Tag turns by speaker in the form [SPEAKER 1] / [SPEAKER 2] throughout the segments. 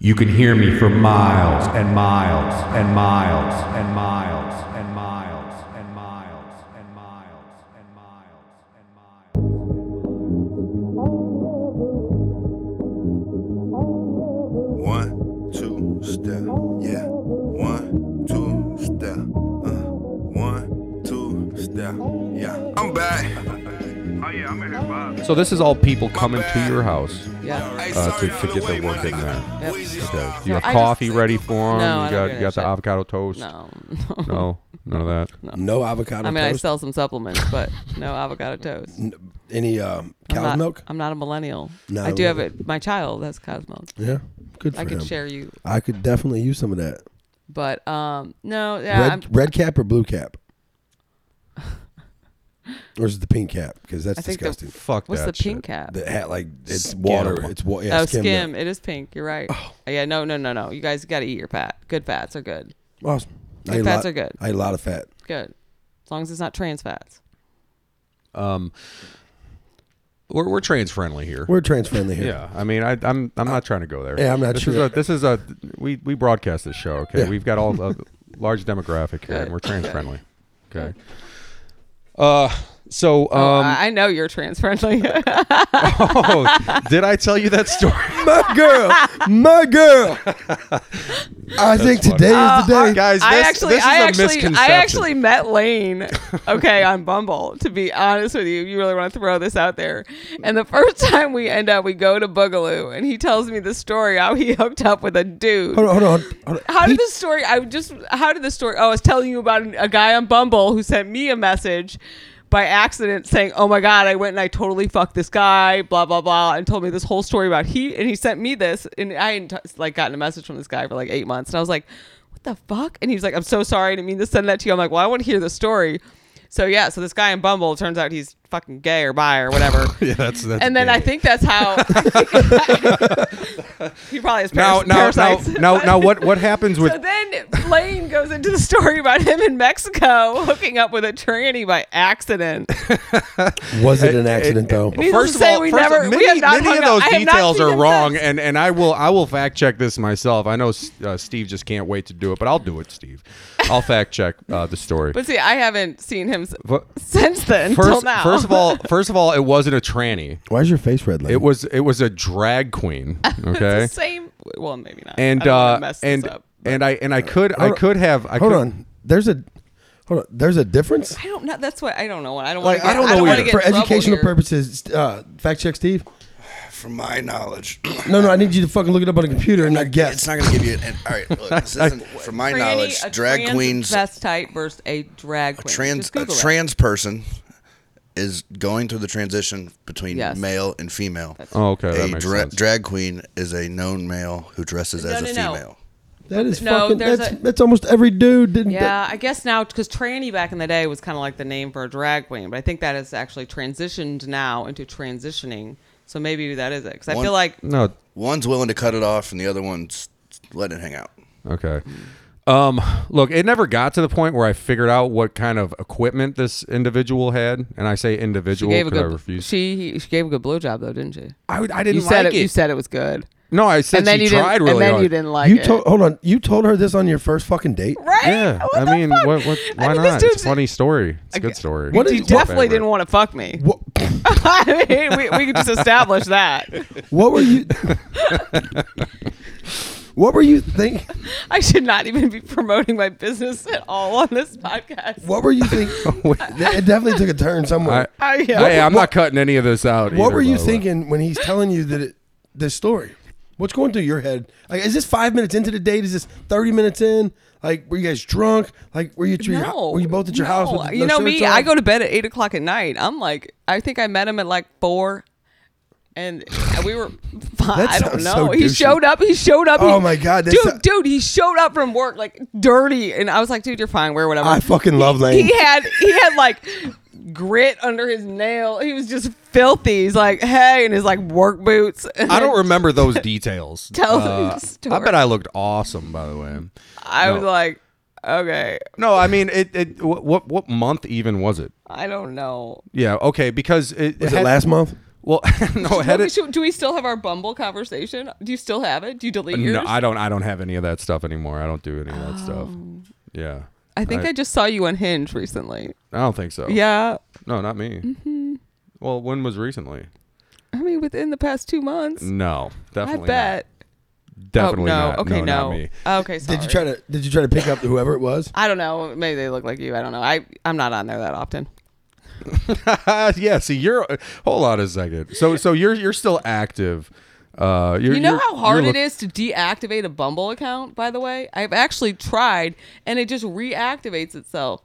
[SPEAKER 1] You can hear me for miles and miles and miles and miles and miles and miles and miles and miles and miles.
[SPEAKER 2] One, two, step, yeah. One, two, step, uh. One, two, step, yeah. I'm back. Oh yeah, I'm in here, Bob.
[SPEAKER 1] So this is all people coming to your house
[SPEAKER 3] Yeah.
[SPEAKER 1] uh, to, to get their work in there.
[SPEAKER 3] Yep.
[SPEAKER 1] Okay. You have
[SPEAKER 3] I just-
[SPEAKER 1] coffee ready for them. you
[SPEAKER 3] No, I don't
[SPEAKER 1] got you
[SPEAKER 3] do that
[SPEAKER 1] got the
[SPEAKER 3] shit.
[SPEAKER 1] avocado toast.
[SPEAKER 3] No.
[SPEAKER 1] No, none of that.
[SPEAKER 4] No avocado
[SPEAKER 3] I mean, I
[SPEAKER 4] toast.
[SPEAKER 3] sell some supplements, but no avocado toast.
[SPEAKER 4] N- Any um,
[SPEAKER 3] I'm
[SPEAKER 4] cow's
[SPEAKER 3] not,
[SPEAKER 4] milk?
[SPEAKER 3] I'm not a millennial.
[SPEAKER 4] Not
[SPEAKER 3] I
[SPEAKER 4] a
[SPEAKER 3] do have
[SPEAKER 4] millennial.
[SPEAKER 3] it. My child has cow's milk.
[SPEAKER 4] Yeah, good for
[SPEAKER 3] I
[SPEAKER 4] him.
[SPEAKER 3] could share you,
[SPEAKER 4] I could definitely use some of that.
[SPEAKER 3] but um, no, yeah,
[SPEAKER 4] red,
[SPEAKER 3] I'm,
[SPEAKER 4] red cap or blue cap? or is it the pink cap? Because that's
[SPEAKER 3] I think the-
[SPEAKER 4] disgusting.
[SPEAKER 1] Fuck
[SPEAKER 3] what's
[SPEAKER 1] that
[SPEAKER 3] the pink
[SPEAKER 1] shit.
[SPEAKER 3] cap?
[SPEAKER 4] The, hat, like it's
[SPEAKER 1] Skim.
[SPEAKER 4] water. It's water. Yeah,
[SPEAKER 3] oh,
[SPEAKER 4] skim. Oh.
[SPEAKER 3] skim.
[SPEAKER 4] milk.
[SPEAKER 3] It is pink. You're right. Yeah, no, no, no, no. You guys got to eat your fat. Good fats are good.
[SPEAKER 4] Awesome. I
[SPEAKER 3] Like
[SPEAKER 4] ate a
[SPEAKER 3] fats
[SPEAKER 4] lot-
[SPEAKER 3] are good.
[SPEAKER 4] I ate a lot of fat.
[SPEAKER 3] Good, as long as it's not trans fats.
[SPEAKER 1] Um, we're we're trans friendly here.
[SPEAKER 4] We're trans friendly here.
[SPEAKER 1] yeah, I mean, I, I'm I'm not trying to go there.
[SPEAKER 4] Yeah, I'm not
[SPEAKER 1] this
[SPEAKER 4] sure.
[SPEAKER 1] Is a, this is a we we broadcast this show. Okay,
[SPEAKER 4] Yeah.
[SPEAKER 1] we've got all a large demographic here, and
[SPEAKER 3] Good.
[SPEAKER 1] we're trans
[SPEAKER 3] Good.
[SPEAKER 1] friendly. Okay. Uh, so
[SPEAKER 3] Oh,
[SPEAKER 1] um,
[SPEAKER 3] I I know you're trans friendly.
[SPEAKER 1] oh, did I tell you that story?
[SPEAKER 4] My girl, my girl. I think today is the day.
[SPEAKER 1] Guys, this,
[SPEAKER 3] I actually,
[SPEAKER 1] this is
[SPEAKER 3] I
[SPEAKER 1] a
[SPEAKER 3] actually, I
[SPEAKER 1] misconception.
[SPEAKER 3] actually met Lane, okay, on Bumble. To be honest with you, you really want to throw this out there. And the first time we end up, we go to Boogaloo, and he tells me the story how he hooked up with a dude.
[SPEAKER 1] ah.
[SPEAKER 4] Hold on, hold on. Hold on.
[SPEAKER 3] How
[SPEAKER 4] He-
[SPEAKER 3] did the story? I just how did the story? Oh, I was telling you about a guy on Bumble who sent me a message by accident saying, "Oh my god, I went and I totally fucked this guy," blah blah blah, and told me this whole story about he and he sent me this, and I hadn't t- like gotten a message from this guy for like eight months, and I was like, "What the fuck?" And he was like, "I'm so sorry, I didn't mean to send that to you." I'm like, "Well, I want to hear the story." So yeah, so this guy on Bumble it turns out he's fucking gay or bi or whatever.
[SPEAKER 1] yeah, that's, that's
[SPEAKER 3] And then
[SPEAKER 1] gay.
[SPEAKER 3] I think that's how he probably has
[SPEAKER 1] now now
[SPEAKER 3] paras-
[SPEAKER 1] now
[SPEAKER 3] parasites.
[SPEAKER 1] now now what what happens with
[SPEAKER 3] So then Blaine goes into the story about him in Mexico hooking up with a tranny by accident.
[SPEAKER 4] Was it an accident though?
[SPEAKER 3] Needless
[SPEAKER 1] First
[SPEAKER 3] to
[SPEAKER 1] of
[SPEAKER 3] say,
[SPEAKER 1] all,
[SPEAKER 3] we
[SPEAKER 1] first of-
[SPEAKER 3] never- we
[SPEAKER 1] many,
[SPEAKER 3] have not
[SPEAKER 1] many
[SPEAKER 3] hung
[SPEAKER 1] of
[SPEAKER 3] out-
[SPEAKER 1] those
[SPEAKER 3] I have not
[SPEAKER 1] details
[SPEAKER 3] seen
[SPEAKER 1] are
[SPEAKER 3] him
[SPEAKER 1] wrong,
[SPEAKER 3] since.
[SPEAKER 1] and, and I will I will fact check this myself. I know uh, Steve just can't wait to do it, but I'll do it, Steve. I'll fact check uh, the story.
[SPEAKER 3] But see, I haven't seen him s-
[SPEAKER 1] But
[SPEAKER 3] since then. till
[SPEAKER 1] first,
[SPEAKER 3] now.
[SPEAKER 1] first of all, first of all, it wasn't a tranny.
[SPEAKER 4] Why is your face red? Like
[SPEAKER 1] It was it was a drag queen. Okay,
[SPEAKER 3] the same. Well, maybe not.
[SPEAKER 1] and
[SPEAKER 3] I don't wanna
[SPEAKER 1] uh,
[SPEAKER 3] mess this
[SPEAKER 1] and
[SPEAKER 3] up.
[SPEAKER 1] and I and I could I
[SPEAKER 4] Hold on.
[SPEAKER 1] could have I could,
[SPEAKER 4] Hold on. There's a hold on. There's a difference.
[SPEAKER 3] I don't know. That's what I don't know. I don't
[SPEAKER 4] Like
[SPEAKER 3] want
[SPEAKER 4] I don't know
[SPEAKER 3] wanna
[SPEAKER 4] either.
[SPEAKER 3] get
[SPEAKER 4] For
[SPEAKER 3] in trouble
[SPEAKER 4] educational
[SPEAKER 3] here.
[SPEAKER 4] purposes, uh, fact check, Steve.
[SPEAKER 2] From my knowledge,
[SPEAKER 4] No, no, I need you to fucking look it up on a computer and not guess.
[SPEAKER 2] it's not gonna give you. An, an, all right, look, this isn't. From my
[SPEAKER 3] Tranny,
[SPEAKER 2] knowledge,
[SPEAKER 3] a
[SPEAKER 2] drag
[SPEAKER 3] trans
[SPEAKER 2] queens,
[SPEAKER 3] transvestite versus a drag queen.
[SPEAKER 2] trans,
[SPEAKER 3] Just
[SPEAKER 2] a
[SPEAKER 3] Google it.
[SPEAKER 2] trans person is going through the transition between
[SPEAKER 3] Yes.
[SPEAKER 2] male and female.
[SPEAKER 1] Oh, okay, that
[SPEAKER 2] a
[SPEAKER 1] makes
[SPEAKER 2] dra-
[SPEAKER 1] sense.
[SPEAKER 2] drag queen is a known male who dresses
[SPEAKER 3] No,
[SPEAKER 2] as
[SPEAKER 3] no,
[SPEAKER 2] a
[SPEAKER 3] no.
[SPEAKER 2] female.
[SPEAKER 4] that is
[SPEAKER 3] No,
[SPEAKER 4] fucking.
[SPEAKER 3] there's
[SPEAKER 4] That's,
[SPEAKER 3] a-
[SPEAKER 4] that's almost every dude. Didn't
[SPEAKER 3] Yeah, I guess now because tranny back in the day was kind of like the name for a drag queen, but I think that has actually transitioned now into transitioning. So maybe that is it because I
[SPEAKER 2] One-
[SPEAKER 3] feel like
[SPEAKER 1] No,
[SPEAKER 2] One's willing to cut it off, and the other one's letting it hang out.
[SPEAKER 1] Okay. Um, look, it never got to the point where I figured out what kind of equipment this individual had, and I say
[SPEAKER 3] she
[SPEAKER 1] individual
[SPEAKER 3] gave a
[SPEAKER 1] because I
[SPEAKER 3] good
[SPEAKER 1] refuse.
[SPEAKER 3] she she gave a good blowjob though, didn't she?
[SPEAKER 1] I, would- I didn't
[SPEAKER 3] you said
[SPEAKER 1] like it.
[SPEAKER 3] You said it was good,
[SPEAKER 1] no, I said
[SPEAKER 3] and then
[SPEAKER 1] she
[SPEAKER 3] you
[SPEAKER 1] tried
[SPEAKER 3] didn't.
[SPEAKER 1] really
[SPEAKER 3] and then
[SPEAKER 1] hard.
[SPEAKER 3] you didn't like
[SPEAKER 4] You
[SPEAKER 3] it.
[SPEAKER 4] told. Hold on. You told her this on your first fucking date.
[SPEAKER 3] right?
[SPEAKER 1] Yeah,
[SPEAKER 3] What
[SPEAKER 1] I
[SPEAKER 3] the
[SPEAKER 1] mean,
[SPEAKER 3] fuck?
[SPEAKER 1] what, what,
[SPEAKER 3] I
[SPEAKER 1] why
[SPEAKER 3] mean, this
[SPEAKER 1] not?
[SPEAKER 3] dude's-
[SPEAKER 1] It's a funny story. It's a good story.
[SPEAKER 4] What
[SPEAKER 3] He
[SPEAKER 4] is-
[SPEAKER 3] definitely
[SPEAKER 1] favorite.
[SPEAKER 3] didn't want to fuck me.
[SPEAKER 4] What,
[SPEAKER 3] I mean, we, we could just establish that.
[SPEAKER 4] what were you? what were you think?
[SPEAKER 3] I should not even be promoting my business at all on this podcast.
[SPEAKER 4] What were you think? it definitely took a turn somewhere.
[SPEAKER 1] Oh, I,
[SPEAKER 3] I, yeah.
[SPEAKER 1] hey, I'm not cutting any of this out.
[SPEAKER 4] What
[SPEAKER 1] either,
[SPEAKER 4] were
[SPEAKER 1] by
[SPEAKER 4] you
[SPEAKER 1] the way.
[SPEAKER 4] thinking when he's telling you that it, this story? What's going through your head? Like, is this five minutes into the date? Is this thirty minutes in? Like, were you guys drunk? Like, were you at your,
[SPEAKER 3] No,
[SPEAKER 4] were you both at your house?
[SPEAKER 3] no.
[SPEAKER 4] With
[SPEAKER 3] you
[SPEAKER 4] no
[SPEAKER 3] know me.
[SPEAKER 4] shirts on?
[SPEAKER 3] I go to bed at eight o'clock at night. I'm like, I think I met him at like four, and we were.
[SPEAKER 4] That
[SPEAKER 3] I don't
[SPEAKER 4] sounds so
[SPEAKER 3] know. he
[SPEAKER 4] douchey.
[SPEAKER 3] showed up. He showed up.
[SPEAKER 4] Oh
[SPEAKER 3] he-
[SPEAKER 4] my God, that
[SPEAKER 3] dude,
[SPEAKER 4] so-
[SPEAKER 3] dude, he showed up from work like dirty, and I was like, dude, you're fine. Wear whatever.
[SPEAKER 4] I fucking love Lane.
[SPEAKER 3] he had he had like grit under his nail. He was just filthy. He's like, hey, and his like work boots.
[SPEAKER 1] I don't remember those details. Uh,
[SPEAKER 3] Tell them the
[SPEAKER 1] I
[SPEAKER 3] story.
[SPEAKER 1] bet I looked awesome, by the way.
[SPEAKER 3] I was
[SPEAKER 1] No.
[SPEAKER 3] like, okay,
[SPEAKER 1] No, I mean, it. it what, what what month even was it?
[SPEAKER 3] I don't know.
[SPEAKER 1] Yeah, okay, because it
[SPEAKER 4] Was
[SPEAKER 1] had-
[SPEAKER 4] it last month?
[SPEAKER 1] Well, no,
[SPEAKER 3] What we
[SPEAKER 1] headed.
[SPEAKER 3] should- do we still have our Bumble conversation? Do you still have it? Do you delete yours?
[SPEAKER 1] Uh, No, I don't. I don't have any of that stuff anymore. I don't do any of that stuff. Yeah,
[SPEAKER 3] Oh. I think
[SPEAKER 1] I- Oh.
[SPEAKER 3] I just saw you on Hinge recently.
[SPEAKER 1] I don't think so.
[SPEAKER 3] Yeah.
[SPEAKER 1] no, not me.
[SPEAKER 3] Mm-hmm.
[SPEAKER 1] Well, when was recently?
[SPEAKER 3] I mean, within the past two months.
[SPEAKER 1] No,
[SPEAKER 3] I
[SPEAKER 1] definitely.
[SPEAKER 3] bet.
[SPEAKER 1] Not. Definitely
[SPEAKER 3] oh, no.
[SPEAKER 1] not.
[SPEAKER 3] Okay,
[SPEAKER 1] no,
[SPEAKER 3] no.
[SPEAKER 1] not me.
[SPEAKER 3] Okay, sorry.
[SPEAKER 4] Did you try to Did you try to pick up whoever it was?
[SPEAKER 3] I don't know. Maybe they look like you. I don't know. I I'm not on there that often.
[SPEAKER 1] yeah. See, you're. Hold on a second. So, so you're you're still active. Uh, you're,
[SPEAKER 3] You know
[SPEAKER 1] you're-
[SPEAKER 3] how hard
[SPEAKER 1] you're
[SPEAKER 3] it is to deactivate a Bumble account, by the way? I've actually tried and it just reactivates itself.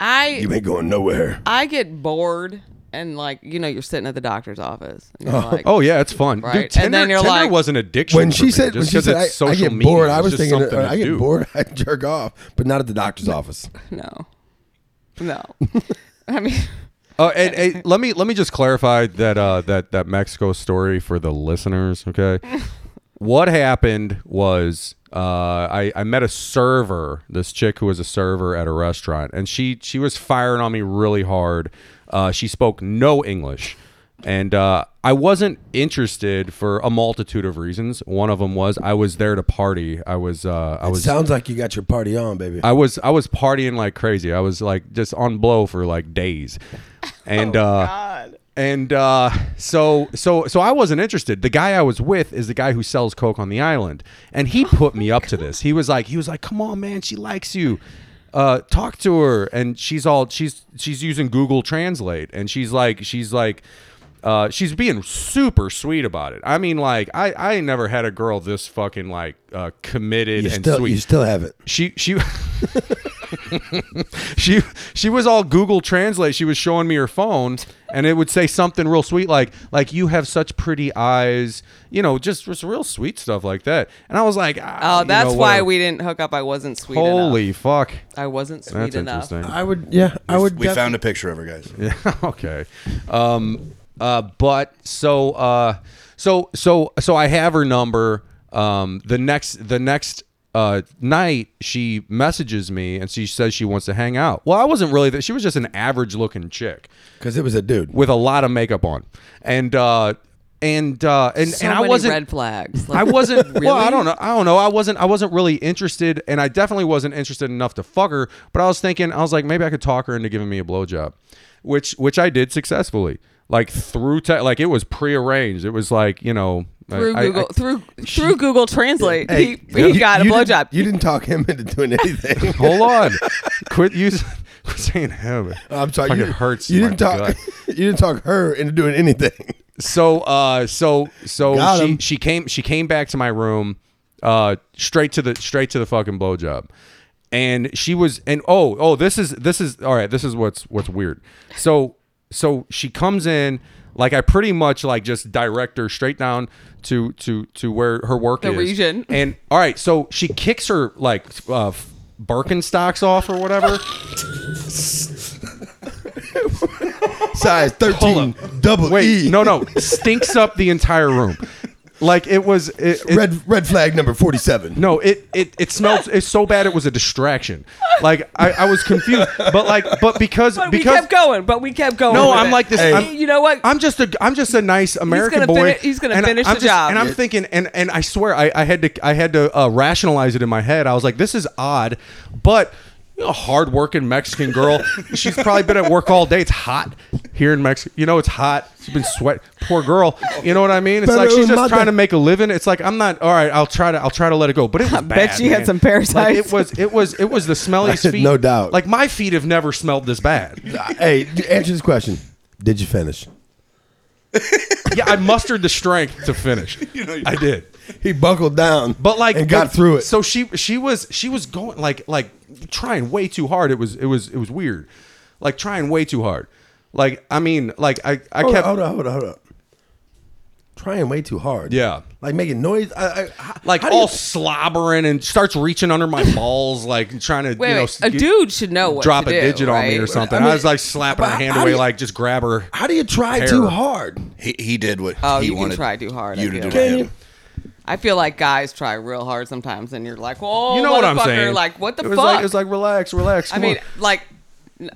[SPEAKER 3] I
[SPEAKER 4] ain't going nowhere.
[SPEAKER 3] I get bored and like, you know, you're sitting at the doctor's office. And you're like,
[SPEAKER 1] Oh yeah, it's fun.
[SPEAKER 3] Right.
[SPEAKER 1] Dude,
[SPEAKER 3] And
[SPEAKER 1] Tinder,
[SPEAKER 3] then you're
[SPEAKER 1] Tinder
[SPEAKER 3] like-
[SPEAKER 1] was an addiction.
[SPEAKER 4] When
[SPEAKER 1] for
[SPEAKER 4] she
[SPEAKER 1] me,
[SPEAKER 4] said,
[SPEAKER 1] just
[SPEAKER 4] when she
[SPEAKER 1] 'cause
[SPEAKER 4] said
[SPEAKER 1] it's
[SPEAKER 4] I, I
[SPEAKER 1] social
[SPEAKER 4] get
[SPEAKER 1] media,
[SPEAKER 4] bored,
[SPEAKER 1] it's
[SPEAKER 4] I was
[SPEAKER 1] just
[SPEAKER 4] thinking, uh,
[SPEAKER 1] something to
[SPEAKER 4] I get
[SPEAKER 1] do.
[SPEAKER 4] bored, I jerk off, but not at the doctor's office.
[SPEAKER 3] no. No. I mean,
[SPEAKER 1] Oh, and, and let me let me just clarify that uh, that that Mexico story for the listeners. Okay, what happened was uh, I I met a server, this chick who was a server at a restaurant, and she she was firing on me really hard. Uh, she spoke no English, and uh, I wasn't interested for a multitude of reasons. One of them was I was there to party. I was uh, I was
[SPEAKER 4] Sounds like you got your party on, baby.
[SPEAKER 1] I was I was partying like crazy. I was like just on blow for like days. And uh and uh so so so I wasn't interested. The guy I was with is the guy who sells coke on the island and he
[SPEAKER 4] Oh
[SPEAKER 1] put me up to this. He was like he was like, "Come on, man, she likes you." Uh, talk to her and she's all she's she's using Google Translate and she's like she's like uh, she's being super sweet about it. I mean, like I I ain't never had a girl this fucking like uh, committed
[SPEAKER 4] you
[SPEAKER 1] and
[SPEAKER 4] still,
[SPEAKER 1] sweet
[SPEAKER 4] you still have it.
[SPEAKER 1] she she she she was all Google Translate. She was showing me her phone, and it would say something real sweet like like you have such pretty eyes, you know, just just real sweet stuff like that. And I was like, ah,
[SPEAKER 3] oh,
[SPEAKER 1] you
[SPEAKER 3] that's
[SPEAKER 1] know,
[SPEAKER 3] why
[SPEAKER 1] whatever.
[SPEAKER 3] we didn't hook up. I wasn't sweet enough.
[SPEAKER 1] Holy fuck,
[SPEAKER 3] I wasn't sweet
[SPEAKER 1] that's
[SPEAKER 3] enough.
[SPEAKER 1] interesting.
[SPEAKER 4] I would, yeah, I would.
[SPEAKER 2] we found a picture of her, guys.
[SPEAKER 1] okay. Um, uh, but so uh, so so so I have her number. Um, the next the next uh, night she messages me and she says she wants to hang out. Well, I wasn't really that. She was just an average looking chick
[SPEAKER 4] because it was a dude.
[SPEAKER 1] with a lot of makeup on, and uh, and uh, and
[SPEAKER 3] So
[SPEAKER 1] and I
[SPEAKER 3] many
[SPEAKER 1] wasn't
[SPEAKER 3] red flags.
[SPEAKER 1] I
[SPEAKER 3] Like,
[SPEAKER 1] wasn't. Well, I
[SPEAKER 3] Really?
[SPEAKER 1] don't know. I don't know. I wasn't. I wasn't really interested, and I definitely wasn't interested enough to fuck her. But I was thinking, I was like, maybe I could talk her into giving me a blowjob, which which I did successfully. Like through te- like it was prearranged. It was like you know I-
[SPEAKER 3] through
[SPEAKER 1] I-
[SPEAKER 3] Google
[SPEAKER 1] I-
[SPEAKER 3] through through Google Translate. he
[SPEAKER 4] Hey,
[SPEAKER 3] he
[SPEAKER 4] you-
[SPEAKER 3] got a
[SPEAKER 4] you didn't-
[SPEAKER 3] blowjob.
[SPEAKER 4] You didn't talk him into doing anything.
[SPEAKER 1] hold on, quit using. Quit saying him.
[SPEAKER 4] I'm sorry.
[SPEAKER 1] Fucking
[SPEAKER 4] you,
[SPEAKER 1] hurts.
[SPEAKER 4] You
[SPEAKER 1] my
[SPEAKER 4] didn't talk.
[SPEAKER 1] gut.
[SPEAKER 4] You didn't talk her into doing anything.
[SPEAKER 1] so uh so so
[SPEAKER 4] Got
[SPEAKER 1] she
[SPEAKER 4] him.
[SPEAKER 1] she came she came back to my room uh straight to the straight to the fucking blowjob and she was and oh oh this is this is all right this is what's what's weird so so she comes in like I pretty much like just direct her straight down to to to where her work
[SPEAKER 3] The
[SPEAKER 1] is
[SPEAKER 3] region.
[SPEAKER 1] and all right so she kicks her like uh Birkenstocks off or whatever
[SPEAKER 4] Size 13, double
[SPEAKER 1] wait
[SPEAKER 4] E.
[SPEAKER 1] no no stinks up the entire room like it was it, it-
[SPEAKER 4] Red red flag number 47.
[SPEAKER 1] No, it it it smelled it's so bad it was a distraction. Like I, I was confused, but like but because
[SPEAKER 3] But we
[SPEAKER 1] because
[SPEAKER 3] kept going. But we kept going.
[SPEAKER 1] No,
[SPEAKER 3] with
[SPEAKER 1] I'm
[SPEAKER 3] it.
[SPEAKER 1] like this-
[SPEAKER 3] Hey,
[SPEAKER 1] I'm-
[SPEAKER 3] you know what?
[SPEAKER 1] I'm just a I'm just a nice American
[SPEAKER 3] gonna
[SPEAKER 1] boy.
[SPEAKER 3] fini- he's gonna
[SPEAKER 1] and
[SPEAKER 3] finish
[SPEAKER 1] I'm
[SPEAKER 3] the
[SPEAKER 1] just-
[SPEAKER 3] job.
[SPEAKER 1] And I'm thinking and and I swear I, I had to I had to uh, rationalize it in my head. I was like, this is odd, but. A hard-working Mexican girl. She's probably been at work all day. It's hot here in Mexico. You know, it's hot. She's been sweat. Poor girl. You know what I mean? It's
[SPEAKER 4] Pero
[SPEAKER 1] like she's
[SPEAKER 4] mother-
[SPEAKER 1] just trying to make a living. It's like I'm not. All right, I'll try to. I'll try to let it go. But it was I
[SPEAKER 3] bet she had some parasites.
[SPEAKER 1] Like, it was. It was. It was the smelliest feet.
[SPEAKER 4] No doubt.
[SPEAKER 1] Like my feet have never smelled this bad.
[SPEAKER 4] Uh, hey, d- answer this question. Did you finish?
[SPEAKER 1] yeah, I mustered the strength to finish. I did.
[SPEAKER 4] He buckled down,
[SPEAKER 1] But like
[SPEAKER 4] and got
[SPEAKER 1] but-
[SPEAKER 4] through it.
[SPEAKER 1] So she she was she was going like like trying way too hard. It was it was it was weird. Like trying way too hard. Like I mean like I I
[SPEAKER 4] hold,
[SPEAKER 1] kept
[SPEAKER 4] on, hold on, hold on, hold on. Trying way too hard.
[SPEAKER 1] Yeah.
[SPEAKER 4] like making noise. I, I, how-
[SPEAKER 1] like
[SPEAKER 4] how do you-
[SPEAKER 1] all slobbering and starts reaching under my balls like and trying to
[SPEAKER 3] wait,
[SPEAKER 1] you know
[SPEAKER 3] wait.
[SPEAKER 1] s-
[SPEAKER 3] a
[SPEAKER 1] get-
[SPEAKER 3] dude should know what
[SPEAKER 1] drop
[SPEAKER 3] to
[SPEAKER 1] a
[SPEAKER 3] do,
[SPEAKER 1] digit on me
[SPEAKER 3] right?
[SPEAKER 1] or something. I,
[SPEAKER 4] I mean,
[SPEAKER 1] was like slapping her
[SPEAKER 4] but
[SPEAKER 1] hand
[SPEAKER 4] how do
[SPEAKER 1] away
[SPEAKER 4] you-
[SPEAKER 1] like just grab her.
[SPEAKER 4] how do you try
[SPEAKER 1] Hair.
[SPEAKER 4] too hard?
[SPEAKER 2] He, he did what
[SPEAKER 3] Oh,
[SPEAKER 2] he
[SPEAKER 3] you can
[SPEAKER 2] wanted
[SPEAKER 3] try too hard, I
[SPEAKER 2] You to
[SPEAKER 3] feel
[SPEAKER 2] do
[SPEAKER 3] like.
[SPEAKER 2] to
[SPEAKER 4] Can
[SPEAKER 2] him.
[SPEAKER 4] you?
[SPEAKER 3] I feel like guys try real hard sometimes, and you're like, "Whoa,
[SPEAKER 1] You know what I'm
[SPEAKER 3] Oh, motherfucker,"
[SPEAKER 1] saying?
[SPEAKER 3] Like, what the
[SPEAKER 1] it was
[SPEAKER 3] fuck?
[SPEAKER 1] Like, it was like relax, relax.
[SPEAKER 3] I
[SPEAKER 1] come on.
[SPEAKER 3] mean, like,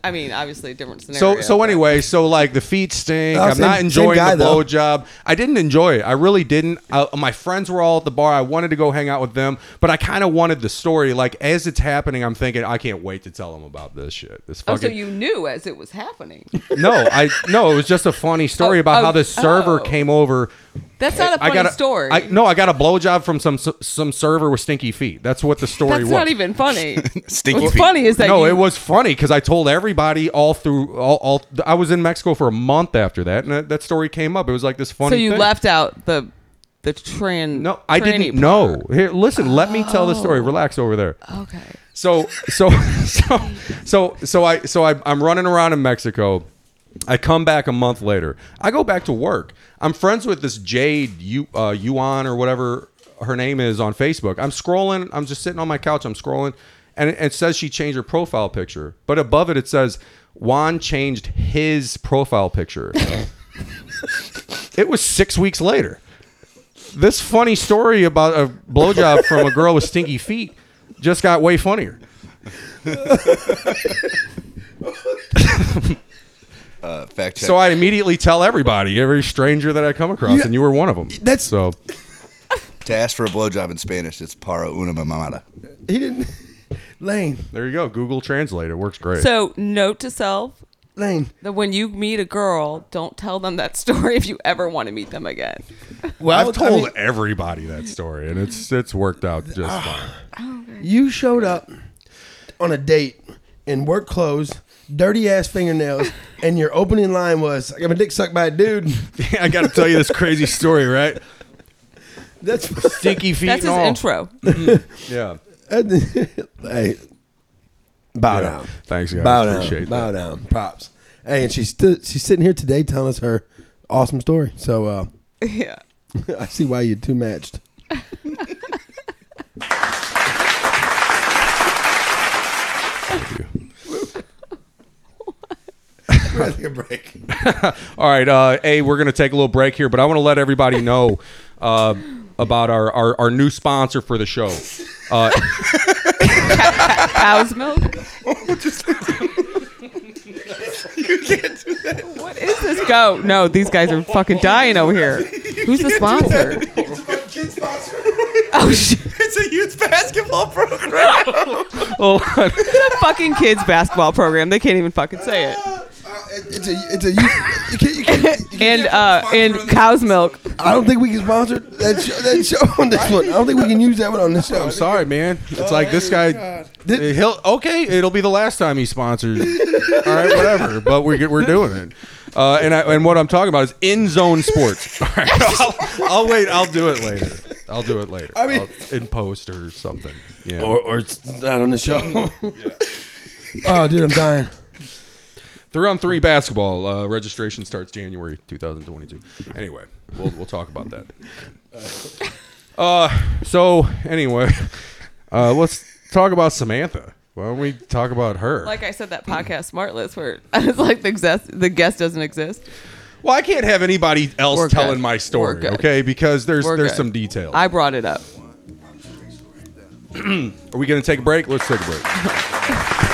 [SPEAKER 3] I mean, obviously a different scenario.
[SPEAKER 1] So so
[SPEAKER 3] but-
[SPEAKER 1] anyway, so like the feet stink.
[SPEAKER 4] Oh,
[SPEAKER 1] I'm
[SPEAKER 4] same-
[SPEAKER 1] not
[SPEAKER 4] same
[SPEAKER 1] enjoying
[SPEAKER 4] guy,
[SPEAKER 1] the
[SPEAKER 4] though.
[SPEAKER 1] blowjob. I didn't enjoy it. I really didn't. I, my friends were all at the bar. I wanted to go hang out with them, but I kind of wanted the story. Like as it's happening, I'm thinking I can't wait to tell them about this shit. This
[SPEAKER 3] Oh, so
[SPEAKER 1] fucking
[SPEAKER 3] you knew as it was happening.
[SPEAKER 1] no, I no. It was just a funny story
[SPEAKER 3] Oh,
[SPEAKER 1] about
[SPEAKER 3] oh,
[SPEAKER 1] how the server
[SPEAKER 3] oh.
[SPEAKER 1] came over.
[SPEAKER 3] That's not a
[SPEAKER 1] I
[SPEAKER 3] funny
[SPEAKER 1] got a,
[SPEAKER 3] story.
[SPEAKER 1] I, no, I got a blowjob from some some server with stinky feet. That's what the story
[SPEAKER 3] That's
[SPEAKER 1] was.
[SPEAKER 3] not even funny.
[SPEAKER 2] Stinky
[SPEAKER 3] What's
[SPEAKER 2] feet.
[SPEAKER 3] funny is that
[SPEAKER 1] no,
[SPEAKER 3] you-
[SPEAKER 1] it was funny because I told everybody all through all, all. I was in Mexico for a month after that, and that, that story came up. It was like this funny.
[SPEAKER 3] So you
[SPEAKER 1] thing.
[SPEAKER 3] left out the the train.
[SPEAKER 1] No, I didn't. know. Here, listen. Let me tell the
[SPEAKER 3] Oh.
[SPEAKER 1] story. Relax over there.
[SPEAKER 3] Okay.
[SPEAKER 1] So so so so so I so I, I'm running around in Mexico. I come back a month later. I go back to work. I'm friends with this Jade you uh, Yuan or whatever her name is on Facebook. I'm scrolling. I'm just sitting on my couch. I'm scrolling, and it, it says she changed her profile picture. But above it, it says Juan changed his profile picture. it was six weeks later this funny story about a blowjob from a girl with stinky feet just got way funnier.
[SPEAKER 2] Uh, fact check.
[SPEAKER 1] So I immediately tell everybody, every stranger that I come across, and you were one of them.
[SPEAKER 4] That's-
[SPEAKER 1] so.
[SPEAKER 2] to ask for a blowjob in Spanish, it's para una mamada.
[SPEAKER 4] He didn't. Lane,
[SPEAKER 1] There you go. Google Translate. It works great.
[SPEAKER 3] So note to self
[SPEAKER 4] Lane.
[SPEAKER 3] that when you meet a girl, don't tell them that story if you ever want to meet them again.
[SPEAKER 4] Well,
[SPEAKER 1] I've
[SPEAKER 4] I
[SPEAKER 1] told
[SPEAKER 4] mean,
[SPEAKER 1] everybody that story, and it's it's worked out just fine.
[SPEAKER 4] you showed up on a date in work clothes, dirty ass fingernails, and your opening line was, "I got my dick sucked by a dude."
[SPEAKER 1] I got to tell you this crazy story, right?
[SPEAKER 4] That's
[SPEAKER 1] Stinky feet.
[SPEAKER 3] That's
[SPEAKER 1] and
[SPEAKER 3] his
[SPEAKER 1] all.
[SPEAKER 3] intro.
[SPEAKER 1] Yeah.
[SPEAKER 4] hey, bow
[SPEAKER 1] Yeah.
[SPEAKER 4] down.
[SPEAKER 1] Thanks, guys.
[SPEAKER 4] Bow down.
[SPEAKER 1] Appreciate
[SPEAKER 4] bow
[SPEAKER 1] that.
[SPEAKER 4] down. Props. Hey, and she's sti- she's sitting here today telling us her awesome story. So uh,
[SPEAKER 3] yeah.
[SPEAKER 4] I see why you two matched. We're gonna take a break.
[SPEAKER 1] All right, uh, A, we're going to take a little break here, but I want to let everybody know uh, about our, our, our new sponsor for the show. Uh,
[SPEAKER 3] Cow's milk. What is this? Go. No, these guys are fucking dying over here. Who's the sponsor? Oh shit.
[SPEAKER 2] It's a youth basketball program.
[SPEAKER 1] hold on.
[SPEAKER 3] The fucking kids basketball program. They can't even fucking say it.
[SPEAKER 4] Uh, It's a it's a you, you can't, you can't, you can't-
[SPEAKER 3] And uh and cow's milk.
[SPEAKER 4] I don't think we can sponsor that show, that show on this one. I don't think we can use that one on this show.
[SPEAKER 1] I'm sorry, man. It's like this guy.
[SPEAKER 4] Did-
[SPEAKER 1] He'll okay. It'll be the last time he sponsors. All right, whatever. But we're get- we're doing it. Uh, and I, and what I'm talking about is in zone sports. All right, I'll, I'll wait. I'll do it later. I'll do it later. I
[SPEAKER 4] mean-
[SPEAKER 1] in post or something. Yeah.
[SPEAKER 4] Or or it's not on the show. oh, dude, I'm dying.
[SPEAKER 1] Three on three basketball uh, registration starts January 2022. Anyway, we'll we'll talk about that. Uh, so anyway, uh, let's talk about Samantha. Why don't we talk about her?
[SPEAKER 3] Like I said, that podcast smart list where it's like the guest the guest doesn't exist.
[SPEAKER 1] well, I can't have anybody else
[SPEAKER 3] We're
[SPEAKER 1] telling
[SPEAKER 3] good.
[SPEAKER 1] my
[SPEAKER 3] We're
[SPEAKER 1] story,
[SPEAKER 3] good.
[SPEAKER 1] okay? Because there's
[SPEAKER 3] We're
[SPEAKER 1] there's
[SPEAKER 3] good.
[SPEAKER 1] some detail.
[SPEAKER 3] I brought it up.
[SPEAKER 1] Are we gonna take a break? Let's take a break.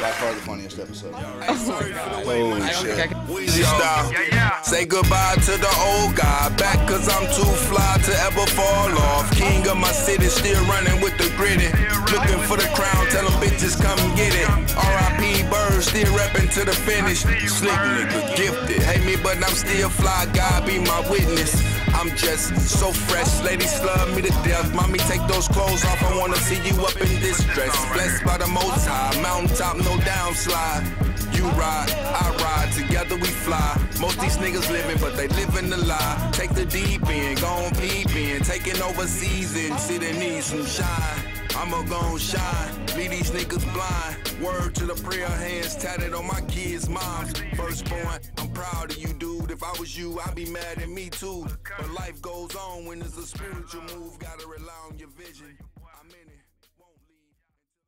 [SPEAKER 2] By far the funniest episode.
[SPEAKER 3] I
[SPEAKER 2] Holy
[SPEAKER 3] don't
[SPEAKER 2] shit.
[SPEAKER 3] think Oh I can.
[SPEAKER 5] Weezy style. Say goodbye to the old guy. Back cause I'm too fly to ever fall off. King of my city, still running with the gritty. Looking for the crown, tell them bitches come get it. R.I.P. Bird, still repping to the finish. Slick nigga, gifted. Hate me, but I'm still fly. God be my witness. I'm just so fresh. Ladies love me to death. Mommy, take those clothes off. I wanna see you up in this dress. Blessed by the most high. Mountaintop, no downslide. You ride, I ride, together we fly. Most these niggas living, but they living the lie. Take the deep end, gon' peep in, taking over season, see they need some shine. I'ma gon' shine, leave these niggas blind. Word to the prayer hands tatted on my kids' moms. Firstborn, I'm proud of you, dude. If I was you, I'd be mad at me too. But life goes on when it's a spiritual move, gotta rely on your vision.